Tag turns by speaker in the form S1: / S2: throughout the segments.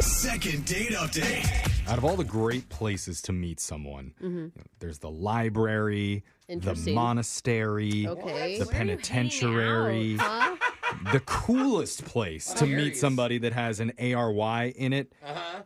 S1: Second date update.
S2: Out of all the great places to meet someone, there's the library, the
S3: Mm-hmm. Interesting.
S2: monastery,
S3: Okay.
S2: the
S3: Where
S2: penitentiary. The coolest place to meet somebody that has an ARY in it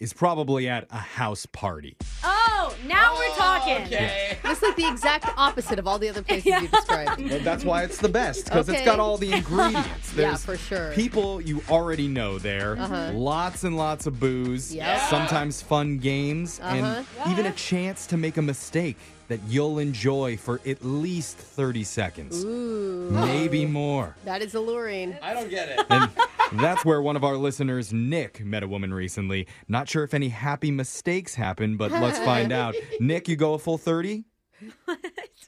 S2: is
S3: Uh-huh.
S2: probably at a house party.
S4: Oh, now we're talking.
S3: It's like the exact opposite of all the other places you described.
S2: But that's why it's the best because it's got
S3: Okay.
S2: all the ingredients.
S3: yeah,
S2: There's
S3: for sure. Uh-huh.
S2: people you already know there, lots and lots of booze,
S3: Yep. Uh-huh.
S2: sometimes fun games, and even a chance to make a mistake that you'll enjoy for at least 30 seconds,
S3: Ooh,
S2: maybe more.
S3: that is alluring.
S5: I don't get it.
S2: And that's where one of our listeners, Nick, met a woman recently. Not sure if any happy mistakes happened, but let's find out. Nick, you go a full 30?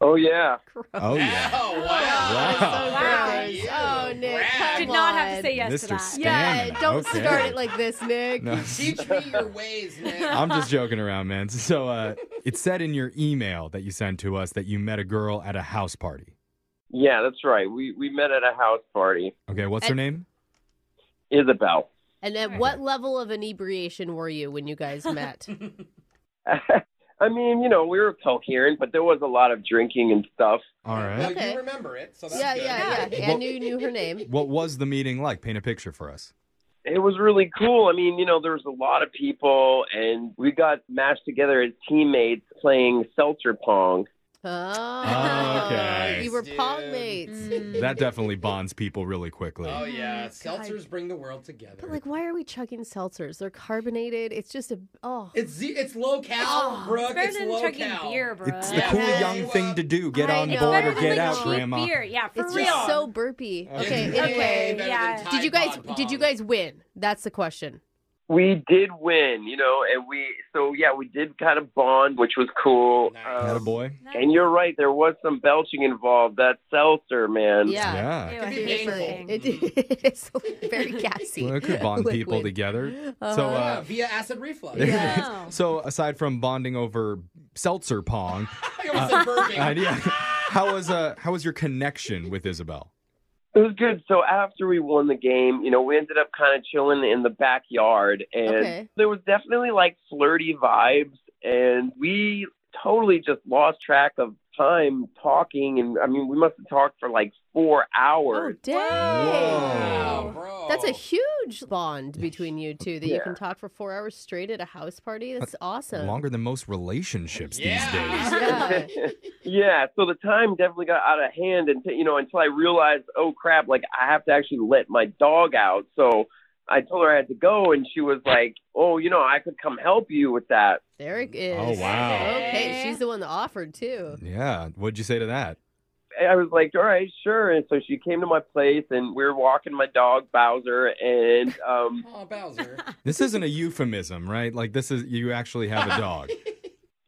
S6: Oh yeah.
S2: Oh, yeah.
S5: Oh, wow.
S2: Wow.
S5: Wow.
S3: Gross.
S5: You
S3: Oh, Nick,
S5: rat.
S3: come
S4: Did not have
S3: on.
S4: to say yes to
S2: Mr.
S4: that.
S3: Yeah,
S2: Stamina.
S3: don't
S2: Okay.
S3: start it like this, Nick.
S2: No.
S5: Teach me your ways, man.
S2: I'm just joking around, man. So uh, it said in your email that you sent to us that you met a girl at a house party.
S6: Yeah, that's right. We we met at a house party.
S2: Okay, what's her name?
S6: Isabel.
S3: And at what level of inebriation were you when you guys met?
S6: I mean, you know, we were coherent, but there was a lot of drinking and stuff.
S2: All
S5: Well,
S2: right.
S3: Okay.
S5: you remember it, so that's
S3: yeah, yeah,
S5: good.
S3: yeah.
S2: Well-
S3: And you knew her name.
S2: What was the meeting like? Paint a picture for us.
S6: It was really cool. I mean, you know, there was a lot of people, and we got mashed together as teammates playing seltzer pong.
S3: Oh,
S2: okay.
S3: You were
S5: Nice,
S3: pong
S5: dude.
S4: Mm.
S3: mates.
S2: That definitely bonds people really quickly.
S5: Oh, yeah.
S3: God.
S5: Seltzers bring the world together.
S3: But like, why are we chugging seltzers? They're carbonated. It's just a oh.
S5: it's z- it's low cal, Brooke.
S4: It's better
S5: Oh, It's
S4: than
S5: low
S4: chugging
S5: cal.
S4: beer, bro.
S2: It's the
S5: Yeah.
S2: cool
S5: Yeah.
S2: young thing to do. Get
S3: I
S2: on
S3: know.
S2: board
S4: better
S2: or
S4: than
S2: get
S4: like
S2: out,
S4: cheap
S2: Grandma.
S4: beer. Yeah, for
S3: it's
S4: real.
S3: just so burpy. Okay.
S5: It's way
S3: Anyway,
S5: better
S4: Yeah.
S5: than
S4: Did
S3: did you
S5: Tide
S3: guys
S5: Pod
S3: did you
S5: Pong.
S3: guys win? That's the question.
S6: We did win, you know, and we so yeah, we did kind of bond, which was cool.
S5: Nice.
S6: Um,
S2: Atta boy.
S6: and you're right, there was some belching involved. That seltzer, man.
S3: Yeah.
S2: Yeah.
S4: Ew, I
S5: Could be
S4: hate
S5: painful.
S4: everything.
S3: It, it's very gassy.
S2: Well, it could bond people
S3: Liquid.
S2: together. So,
S5: Yeah,
S2: uh,
S5: via acid reflux.
S4: Yeah.
S2: so aside from bonding over seltzer pong,
S5: I almost said burping.
S2: uh, yeah, how was uh, how was your connection with Isabel?
S6: It was good. So after we won the game, you know, we ended up kind of chilling in the backyard, and
S3: Okay.
S6: there was definitely like flirty vibes, and we totally just lost track of time talking, and I mean, we must have talked for like four
S3: Oh,
S6: hours.
S3: dang.
S5: Wow,
S2: Whoa.
S5: bro.
S3: That's a huge bond between you two that you
S6: Yeah.
S3: can talk for four hours straight at a house party. That's awesome.
S2: Longer than most relationships these days.
S5: Yeah.
S3: Yeah.
S6: yeah, so the time definitely got out of hand, and you know, until I realized, oh crap, like I have to actually let my dog out. So I told her I had to go, and she was like, oh, you know, I could come help you with that.
S3: There it is.
S2: Oh, wow.
S3: Okay, she's the one that offered too.
S2: Yeah. What'd you say to that?
S6: I was like, all right, sure. And so she came to my place, and we were walking my dog Bowser, and um,
S5: Oh, Bowser.
S2: This isn't a euphemism, right? Like this is you actually have a dog.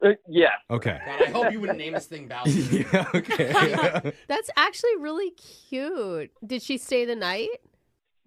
S6: uh, yeah,
S2: Okay.
S5: God, I hope you wouldn't name this thing Bowser.
S2: yeah, okay.
S3: That's actually really cute. Did she stay the night?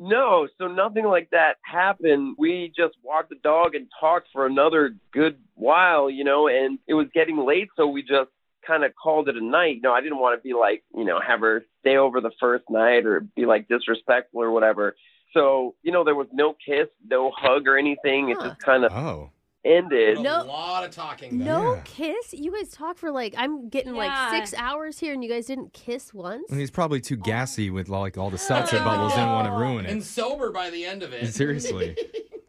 S6: no, so nothing like that happened. We just walked the dog and talked for another good while, you know, and it was getting late, so we just kind of called it a night. You know, I didn't want to be like, you know, have her stay over the first night or be like disrespectful or whatever. So, you know, there was no kiss, no hug or anything. It
S3: Huh.
S6: just kind of
S2: oh.
S6: ended.
S5: A
S3: No.
S5: lot of talking, though.
S3: No
S2: Yeah.
S3: kiss? You guys talk for like I'm getting
S4: Yeah.
S3: like six hours here and you guys didn't kiss once?
S2: And he's probably too gassy with like all the seltzer bubbles. Didn't want to ruin
S5: And
S2: it.
S5: sober by the end of it.
S2: Seriously.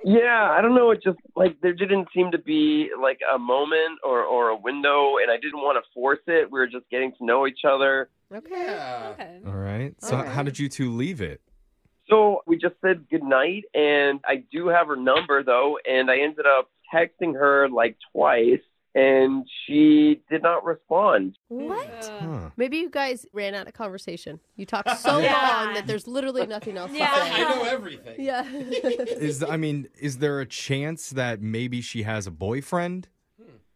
S6: Yeah, I don't know. It just like there didn't seem to be like a moment or or a window, and I didn't want to force it. We were just getting to know each other,
S3: Okay.
S5: Yeah.
S4: Okay.
S2: All right. So
S3: All right.
S2: how did you two leave it?
S6: so we just said goodnight. And I do have her number though, and I ended up texting her like twice, and she did not respond.
S4: Uh,
S3: What?
S2: Huh.
S3: Maybe you guys ran out of conversation. You talked so
S4: Yeah.
S3: long that there's literally nothing else
S4: Yeah.
S5: I know everything.
S3: to
S5: Mm.
S3: say. Yeah.
S2: Is I mean, is there a chance that maybe she has a boyfriend?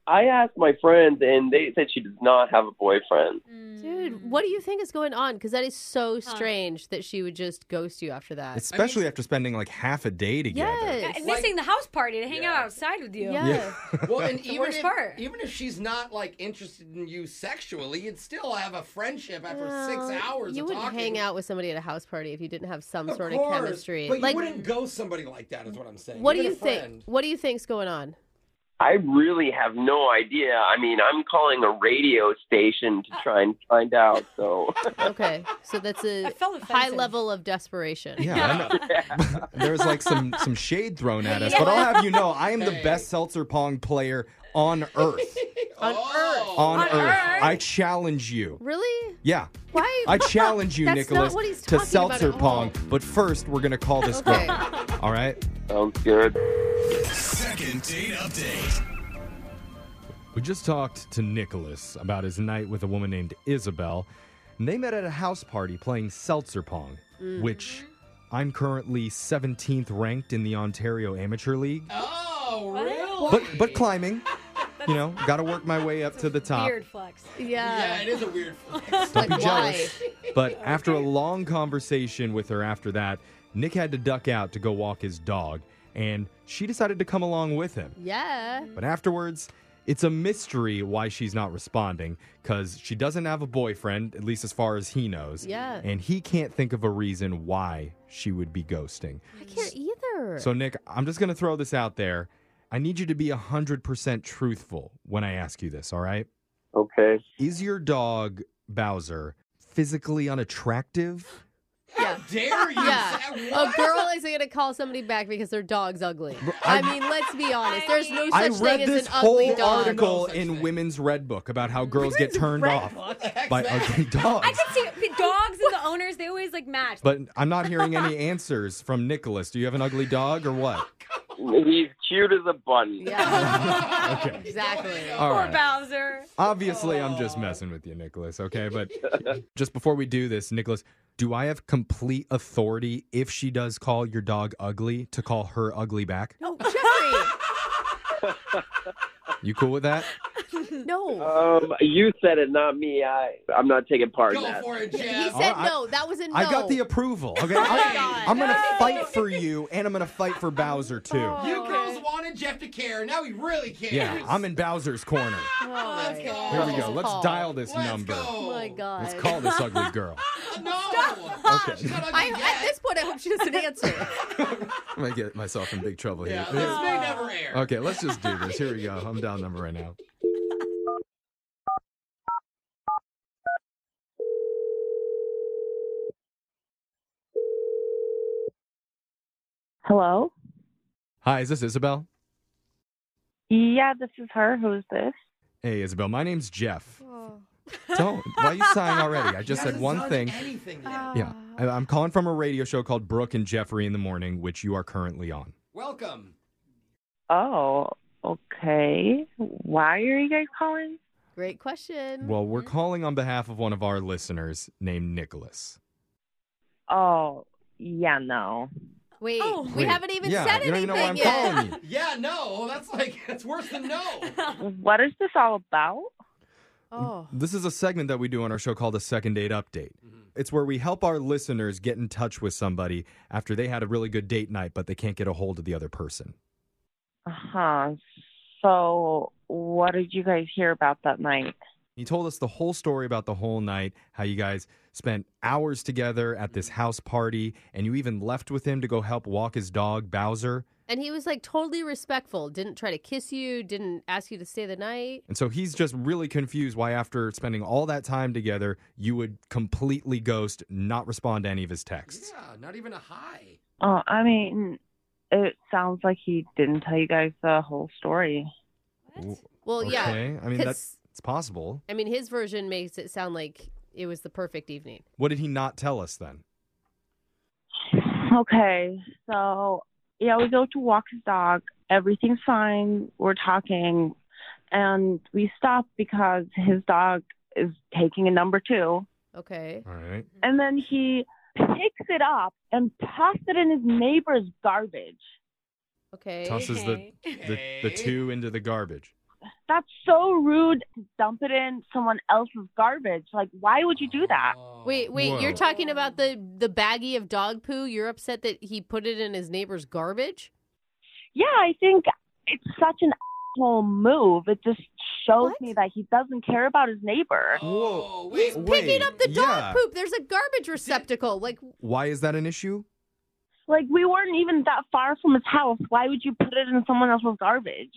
S6: I asked my friends, and they said she does not have a boyfriend.
S3: Dude, what do you think is going on? Because that is so strange that she would just ghost you after that.
S2: Especially after spending like half a day together.
S3: yes.
S4: And missing the house party to hang out outside with you.
S3: yeah.
S5: Well, and
S4: the
S5: even
S4: worst
S5: if,
S4: part.
S5: even if she's not like interested in you sexually, you'd still have a friendship after
S3: Well,
S5: six hours.
S3: You
S5: of
S3: wouldn't
S5: talking.
S3: hang out with somebody at a house party if you didn't have some
S5: Of
S3: sort of
S5: course,
S3: chemistry.
S5: But
S3: like,
S5: you wouldn't go somebody like that. Is what I'm saying.
S3: what do
S5: Even
S3: you
S5: a
S3: think?
S5: friend.
S3: What do you think's going on?
S6: I really have no idea. I mean, I'm calling a radio station to try and find out. So
S3: Okay, so that's a
S4: I felt
S3: high
S4: offensive.
S3: level of desperation.
S2: Yeah, I know. there's like some some shade thrown at us,
S4: Yeah.
S2: but I'll have you know, I am the
S5: Hey.
S2: best seltzer pong player on earth.
S3: On
S5: Oh.
S2: On,
S4: On
S2: earth.
S4: earth?
S2: I challenge you.
S3: Really?
S2: Yeah,
S3: Why?
S2: I challenge you,
S3: That's
S2: Nicholas,
S3: not what he's
S2: to
S3: talking about at
S2: seltzer
S3: all.
S2: pong. But first, we're gonna call this
S3: Okay.
S2: girl. All right?
S6: sounds good.
S1: Second date update.
S2: We just talked to Nicholas about his night with a woman named Isabel. And they met at a house party playing seltzer pong, which
S3: Mm-hmm.
S2: I'm currently 17th ranked in the Ontario Amateur League.
S5: Oh, really?
S2: But but climbing, you know, got to work my way up to the top.
S4: Weird flex.
S5: Yeah,
S3: yeah.
S5: it is a weird flex.
S2: Don't
S3: Like,
S2: be
S3: why?
S2: jealous. But after a long conversation with her after that, Nick had to duck out to go walk his dog, and she decided to come along with him.
S3: Yeah.
S2: But afterwards, it's a mystery why she's not responding because she doesn't have a boyfriend, at least as far as he knows.
S3: Yeah.
S2: And he can't think of a reason why she would be ghosting.
S3: I can't either.
S2: So, Nick, I'm just going to throw this out there. I need you to be 100% truthful when I ask you this, all right?
S6: Okay.
S2: Is your dog, Bowser, physically unattractive?
S3: yeah.
S5: Dare you?
S3: Yeah.
S5: say-
S3: A
S5: what?
S3: girl isn't going to call somebody back because their dog's ugly. I, mean, let's be honest. There's no
S2: I
S3: such
S2: read
S3: thing as
S2: this
S3: an
S2: whole
S3: ugly dog.
S2: article
S5: No such
S2: in
S5: thing.
S2: Women's Red Book about how girls get turned off
S5: What the heck's
S2: by
S5: that?
S2: ugly dogs.
S4: I could see the dogs and the owners, they always like match.
S2: But I'm not hearing any answers from Nicholas. Do you have an ugly dog or what?
S6: He's cute as a button.
S3: Yeah.
S2: Okay.
S3: exactly.
S2: All
S4: Poor
S2: right.
S4: Bowser.
S2: Obviously, I'm
S3: Oh.
S2: just messing with you, Nicholas, okay? But just before we do this, Nicholas, do I have complete authority if she does call your dog ugly to call her ugly back?
S3: No, Jeffrey.
S2: You cool with that?
S3: No.
S2: Uh,
S6: Um, you said it, not me. I I'm not taking part in
S5: Go
S6: that.
S5: for it,
S3: He
S5: Jeff.
S2: All
S3: said
S2: right.
S3: no. That was a no.
S2: Oh, I got the approval,
S5: Oh
S2: okay? I'm,
S3: God.
S2: I'm gonna fight for you and I'm gonna fight for Bowser too.
S5: You girls wanted Jeff to care. Now he really cares.
S2: Yeah, I'm in Bowser's corner.
S3: All right.
S5: Let's go.
S2: Here we go. Let's
S3: Call.
S2: dial this
S5: Let's
S2: number.
S5: Go.
S3: Oh my god.
S2: Let's call this ugly girl.
S5: No. She's not ugly
S3: I,
S5: yet.
S3: at this point, I hope she doesn't answer.
S2: I'm gonna get myself in big trouble here.
S5: Yeah, this may never air.
S2: Okay, let's just do this. Here we go. I'm down number right now.
S7: Hello?
S2: Hi, is this Isabel?
S7: Yeah, this is her. Who is this?
S2: Hey, Isabel. My name's Jeff. Don't. Why are you sighing already? I just said
S5: Hasn't
S2: one
S5: done
S2: thing.
S5: Anything yet.
S3: Oh.
S2: Yeah. I- I'm calling from a radio show called Brooke and Jeffrey in the Morning, which you are currently on.
S5: Welcome.
S7: Oh, okay. Why are you guys calling?
S3: Great question.
S2: Well,
S5: Mm-hmm.
S2: we're calling on behalf of one of our listeners named Nicholas.
S7: Oh, yeah, no.
S3: wait,
S4: Oh.
S3: we
S2: Wait,
S3: haven't even
S2: yeah,
S3: said
S2: you don't
S3: anything
S2: even know why I'm
S3: yet.
S2: calling you.
S5: Yeah, no, that's like that's worse than no.
S7: What is this all about?
S3: Oh,
S2: This is a segment that we do on our show called a second date update. It's where we help our listeners get in touch with somebody after they had a really good date night, but they can't get a hold of the other person.
S7: Huh. Uh-huh. So, what did you guys hear about that night?
S2: He told us the whole story about the whole night, how you guys spent hours together at this house party, and you even left with him to go help walk his dog, Bowser.
S3: and he was like totally respectful. Didn't try to kiss you. Didn't ask you to stay the night.
S2: And so he's just really confused why, after spending all that time together, you would completely ghost, not respond to any of his texts.
S5: Yeah, not even a high.
S7: Oh, I mean, it sounds like he didn't tell you guys the whole story.
S2: Ooh,
S3: Well, yeah.
S2: okay. I mean, that's
S3: 'cause-
S2: it's possible.
S3: I mean, his version makes it sound like it was the perfect evening.
S2: What did he not tell us then?
S7: Okay, so yeah, we go to walk his dog. Everything's fine. We're talking, and we stop because his dog is taking a number two,
S3: Okay.
S2: All right.
S7: and then he picks it up and tosses it in his neighbor's garbage.
S3: Okay.
S2: Tosses the, the, the
S5: Okay.
S2: two into the garbage.
S7: That's so rude to dump it in someone else's garbage. Like, why would you do that?
S5: Oh.
S3: Wait, wait, you're
S2: Whoa.
S3: talking about the the baggie of dog poo. You're upset that he put it in his neighbor's garbage?
S7: Yeah, I think it's such an asshole move. It just shows
S3: What?
S7: me that he doesn't care about his neighbor.
S5: Oh, wait.
S3: He's picking
S2: wait,
S3: up the dog
S2: yeah.
S3: poop. There's a garbage receptacle. Like
S2: Why is that an issue?
S7: Like, we weren't even that far from his house. Why would you put it in someone else's garbage?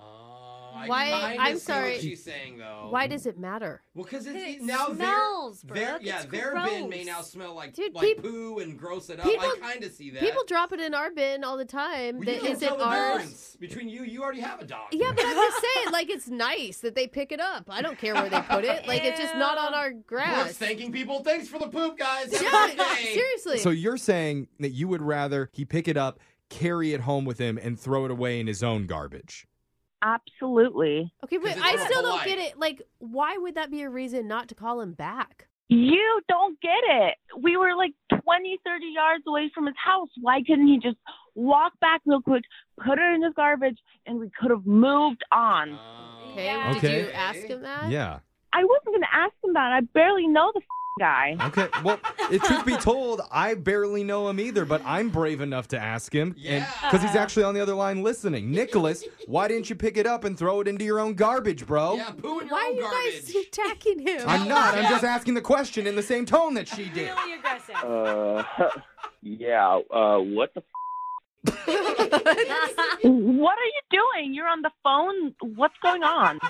S5: Oh, I
S3: Why-
S5: kinda
S3: I'm
S5: see
S3: sorry.
S5: What she's saying though.
S3: why does it matter?
S5: Well, because it's
S4: It
S5: now
S4: smells,
S5: their, their
S4: Brooke.
S5: yeah
S4: It's
S5: their bin may
S4: gross.
S5: now smell like
S3: Dude,
S5: like
S3: peop-
S5: poo and gross it up.
S3: people-
S5: I kind of see that.
S3: People drop it in our bin all the time.
S5: Well,
S3: That
S5: you can
S3: isn't
S5: tell the
S3: ours.
S5: difference between you. You already have a dog.
S3: Yeah, but I'm just saying, like it's nice that they pick it up. I don't care where they put it. Like it's just not on our
S5: Brooke's
S3: grass.
S5: thanking people. Thanks for the poop, guys. Have a good
S3: Yeah,
S5: day.
S3: seriously.
S2: So you're saying that you would rather he pick it up, carry it home with him, and throw it away in his own garbage.
S7: Absolutely.
S3: Okay, but
S5: it's
S3: I
S5: more
S3: still don't
S5: polite.
S3: get it. Like, why would that be a reason not to call him back?
S7: You don't get it. We were like 20, 30 yards away from his house. Why couldn't he just walk back real quick, put it in his garbage, and we could have moved on?
S5: Oh.
S3: Okay,
S4: Yeah.
S2: Okay.
S3: did you ask him that?
S2: Yeah.
S7: I wasn't going to ask him that. I barely know the f- guy.
S2: Okay. Well, it, truth be told, I barely know him either, but I'm brave enough to ask him.
S5: Yeah.
S2: Because he's actually on the other line listening. Nicholas, why didn't you pick it up and throw it into your own garbage, bro?
S5: Yeah, poo in your
S3: Why are
S5: own
S3: you
S5: garbage.
S3: guys attacking him?
S2: I'm not. I'm just asking the question in the same tone that she did.
S4: Really aggressive.
S6: Uh, yeah. Uh, what the? F-
S7: What are you doing? You're on the phone. What's going on?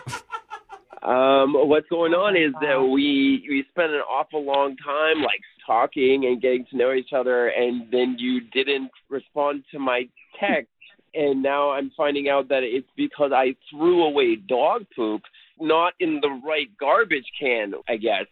S6: um, what's going on is that
S7: God.
S6: we we spent an awful long time like talking and getting to know each other, and then you didn't respond to my text, and now I'm finding out that it's because I threw away dog poop, not in the right garbage can, I guess.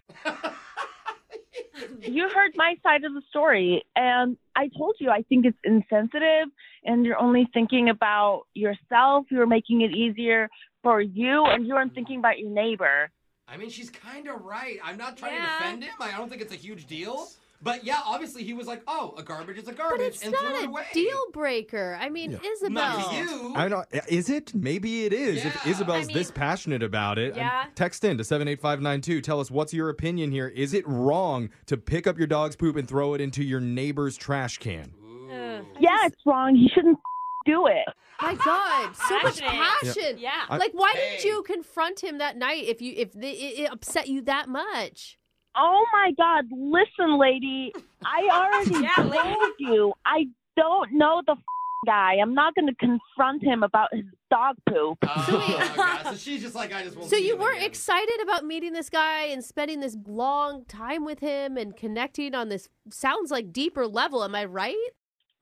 S7: You heard my side of the story, and I told you I think it's insensitive, and you're only thinking about yourself. You're making it easier for you, and you aren't thinking about your neighbor.
S5: I mean, she's kind of right. I'm not trying
S4: Yeah.
S5: to defend him. I don't think it's a huge deal. But yeah, obviously he was like, "Oh, a garbage is a
S3: but
S5: garbage,"
S3: it's
S5: and
S3: not
S5: threw it
S3: a
S5: away.
S3: deal breaker. I mean, Isabel.
S5: Not to you.
S2: I don't know. Is it? Maybe it is. If
S5: Yeah.
S2: Isabel's
S4: I
S2: this
S4: mean-
S2: passionate about it, um,
S4: Yeah.
S2: text in to 78592. Tell us what's your opinion here. Is it wrong to pick up your dog's poop and throw it into your neighbor's trash can?
S5: Ooh.
S7: Yeah, it's wrong. He shouldn't do it.
S3: My God, so much
S4: Passionate.
S3: passion.
S4: yeah.
S2: I-
S3: Like, why didn't
S5: Hey.
S3: you confront him that night if you if they, it, it upset you that much?
S7: Oh my God! Listen, lady, I already
S4: Yeah, lady.
S7: told you I don't know the f- guy. I'm not going to confront him about his dog poop.
S5: Oh, God. So she's just like, "I just won't."
S3: So
S5: see
S3: you
S5: him
S3: weren't
S5: again.
S3: excited about meeting this guy and spending this long time with him and connecting on this sounds like deeper level. Am I right?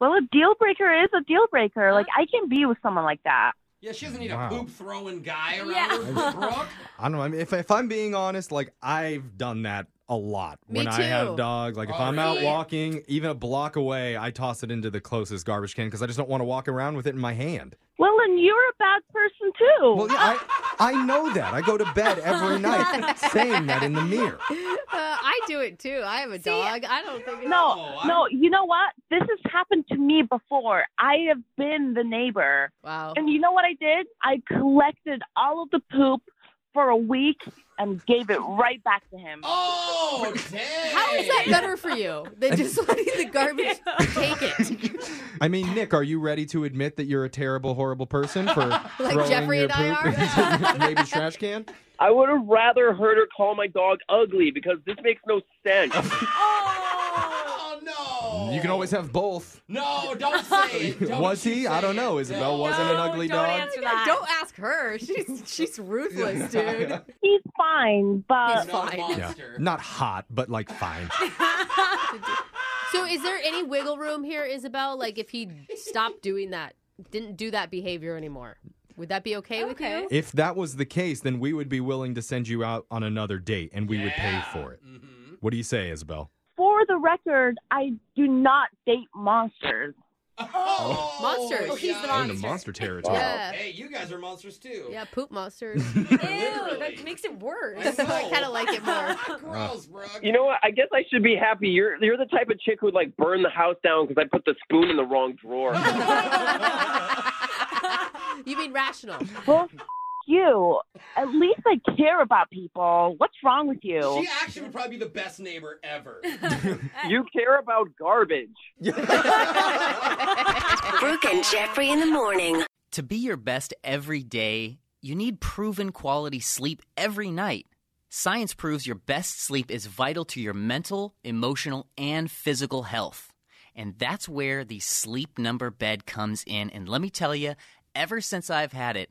S7: Well, a deal breaker is a deal breaker. Like I can be with someone like that.
S5: Yeah, she doesn't need
S2: Wow.
S5: a poop throwing guy around
S4: Yeah.
S5: her, Brooke.
S2: I don't know. I mean, if, if I'm being honest, like I've done that a lot
S3: Me
S2: when I have
S3: too.
S2: dogs. Like if
S5: Oh,
S2: I'm out
S5: really?
S2: walking, even a block away, I toss it into the closest garbage can because I just don't want to walk around with it in my hand.
S7: Well, and you're a bad person too.
S2: Well, yeah, I, I know that. I go to bed every night saying that in the mirror.
S3: Uh, I do it too. I have a dog. I don't think it's
S7: no,
S5: I-
S7: no, you know what? This has happened to me before. I have been the neighbor.
S3: wow.
S7: And you know what I did? I collected all of the poop for a week and gave it right back to him.
S5: Oh, dang.
S3: How is that better for you than just letting the garbage take it?
S2: I mean, Nick, are you ready to admit that you're a terrible, horrible person for throwing
S3: Jeffrey
S2: your
S3: and I
S2: poop
S3: are?
S2: into your neighbor's trash can?
S6: I would have rather heard her call my dog ugly because this makes no sense.
S5: Oh no.
S2: You can always have both.
S5: No, don't say it. Don't
S2: Was
S5: you
S2: he?
S5: say
S2: I don't know.
S5: it.
S2: Isabel
S5: No.
S2: wasn't an
S4: No,
S2: ugly
S4: don't
S2: dog.
S4: answer that.
S3: Don't ask her. She's she's ruthless, dude.
S7: He's fine, but
S3: He's
S5: No,
S3: fine.
S2: Yeah.
S5: monster.
S2: Not hot, but like fine.
S3: So is there any wiggle room here, Isabel? Like if he stopped doing that, didn't do that behavior anymore, would that be okay, with
S4: Okay.
S3: you?
S2: If that was the case, then we would be willing to send you out on another date and we would pay
S5: Yeah.
S2: for it.
S5: Mhm.
S2: What do you say, Isabel?
S7: for the record, I do not date monsters.
S5: Oh,
S3: Monsters.
S5: yeah.
S4: Oh, he's the
S2: We're into
S4: Monster.
S2: monster territory.
S3: Yeah.
S5: Hey, you guys are monsters too.
S3: Yeah, poop monsters.
S4: Ew,
S5: Literally.
S4: that makes it worse.
S3: So I kind of like it more.
S5: Gross, Brooke.
S6: You know what? I guess I should be happy. You're you're the type of chick who'd like burn the house down because I put the spoon in the wrong drawer.
S3: You mean rational?
S7: Well, f- you. you. At least I care about people. What's wrong with you?
S5: She actually would probably be the best neighbor ever.
S6: You care about garbage.
S8: Brooke and Jeffrey in the morning.
S9: To be your best every day, you need proven quality sleep every night. Science proves your best sleep is vital to your mental, emotional, and physical health. And that's where the Sleep Number bed comes in. And let me tell you, ever since I've had it,